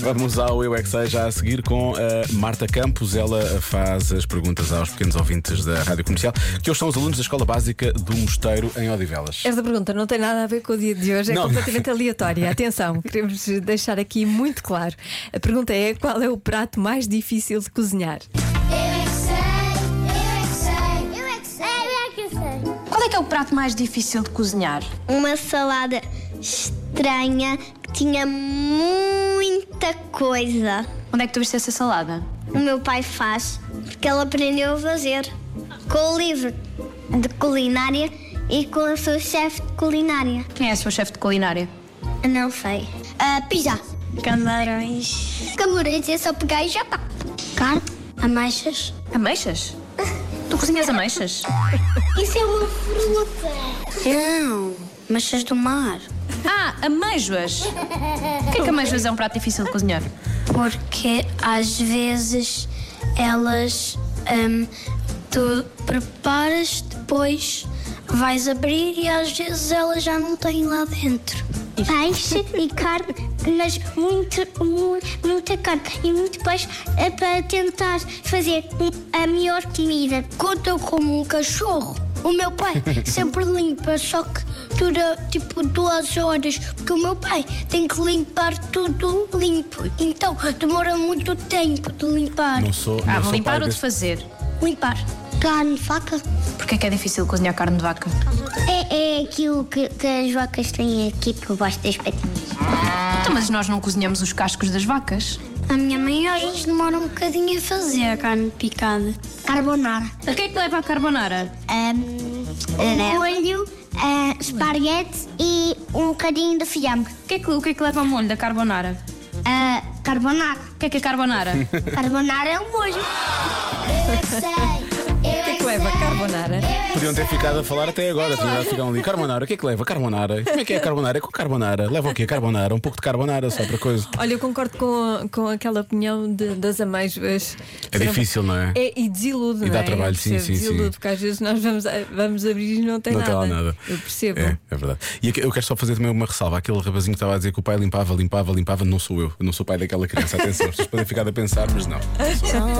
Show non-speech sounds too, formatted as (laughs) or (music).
Vamos ao Eu é que Sei, já a seguir com a Marta Campos. Ela faz as perguntas aos pequenos ouvintes da Rádio Comercial, que hoje são os alunos da Escola Básica do Mosteiro em Odivelas. Esta pergunta não tem nada a ver com o dia de hoje, é Não. completamente (laughs) aleatória. Atenção, queremos deixar aqui muito claro. A pergunta é: qual é o prato mais difícil de cozinhar? Eu é que sei, eu é que sei, eu é que sei, eu é que sei. Qual é que é o prato mais difícil de cozinhar? Uma salada estranha que tinha muita coisa. Onde é que tu viste essa salada? O meu pai faz porque ele aprendeu a fazer com o livro de culinária e com o seu chefe de culinária. Quem é o seu chefe de culinária? Não sei. Uh, pizza. Camarões. Camarões é só pegar e já tá. Carne, ameixas. Ameixas? Tu cozinhas ameixas? Isso é uma fruta. Não, ameixas do mar. Ah, ameijoas! Porquê é que ameijoas é um prato difícil de cozinhar? Porque às vezes elas hum, tu preparas, depois vais abrir e às vezes elas já não têm lá dentro. Peixe e carne, mas muito, muita carne e muito peixe é para tentar fazer a melhor comida. Conta como um cachorro. O meu pai sempre limpa, só que dura tipo duas horas, porque o meu pai tem que limpar tudo limpo. Então demora muito tempo de limpar. Não sou. Ah, não sou limpar pai ou de deste- fazer? Limpar. Carne, faca. Porquê é que é difícil de cozinhar carne de vaca? É, aquilo que, as vacas têm aqui por baixo das patinhas. Então, mas nós não cozinhamos os cascos das vacas? A minha mãe às vezes demora um bocadinho a fazer a carne picada. Carbonara. Um O que é que leva a carbonara? Hum, é. molho, esparguete e um bocadinho de fiambre. Eh, O que, é que, o que é que leva ao molho da carbonara? carbonara. O que é que é carbonara? Carbonara é um molho. (laughs) Eu é que sei. Eu O que é que leva a carbonara? Podiam ter ficado a falar até agora, tinham dado a ficar ali. Carbonara, o que é que leva? Carbonara. Como é que é carbonara? É com carbonara. Leva o quê? Carbonara. Um pouco de carbonara, só outra coisa. Olha, eu concordo com, com aquela opinião de- das amêijoas. É difícil, não é? É, e desilude, E não dá é? trabalho, Eu sim, percebo, sim, sim. Desilude, porque às vezes nós vamos, a- vamos abrir e não tem não nada. está lá nada. Eu percebo. É, é verdade. E aqui- eu quero só fazer também uma ressalva. Aquele rapazinho que estava a dizer que o pai limpava, limpava, limpava, não sou eu. Eu não sou pai daquela criança. Atenção, vocês podem ficar a pensar, mas não.